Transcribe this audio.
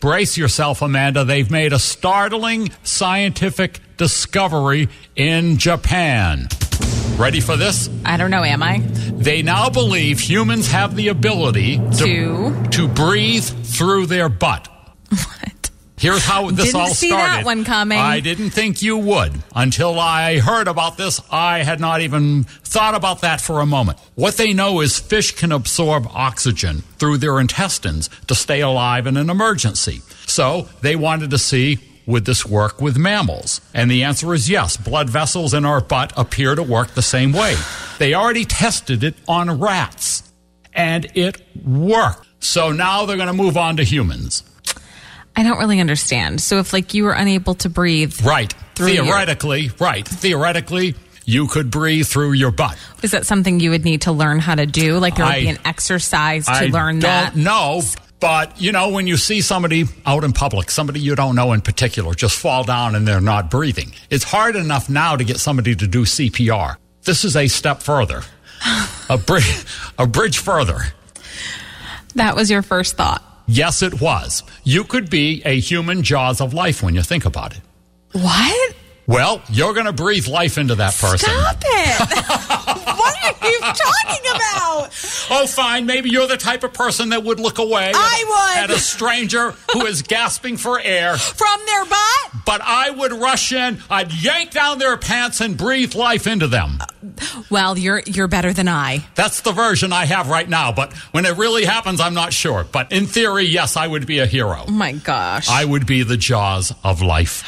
Brace yourself, Amanda. They've made a startling scientific discovery in Japan. Ready for this? I don't know, am I? They now believe humans have the ability To? to breathe through their butt. What? Here's how this Didn't all see started. that one coming. I didn't think you would until I heard about this. I had not even thought about that for a moment. What they know is fish can absorb oxygen through their intestines to stay alive in an emergency. So they wanted to see would this work with mammals? And the answer is yes. Blood vessels in our butt appear to work the same way. They already tested it on rats and it worked. So now they're going to move on to humans. I don't really understand. So if like you were unable to breathe, Right. Through Theoretically, right. Theoretically, you could breathe through your butt. is that something you would need to learn how to do? Like there would I- be an exercise to I learn don't that? know. But you know, when you see somebody out in public, somebody you don't know in particular, just fall down and they're not breathing. It's hard enough now to get somebody to do CPR. This is a step further, a bridge, a bridge further. That was your first thought. Yes, it was. You could be a human jaws of life when you think about it. What? Well, you're going to breathe life into that person. Stop it. what are you talking about? Oh, fine. Maybe you're the type of person that would look away I at, would. at a stranger who is gasping for air. From their butt? But I would rush in, I'd yank down their pants and breathe life into them. Well, you're you're better than I. That's the version I have right now. But when it really happens, I'm not sure. But in theory, yes, I would be a hero. Oh my gosh. I would be the jaws of life.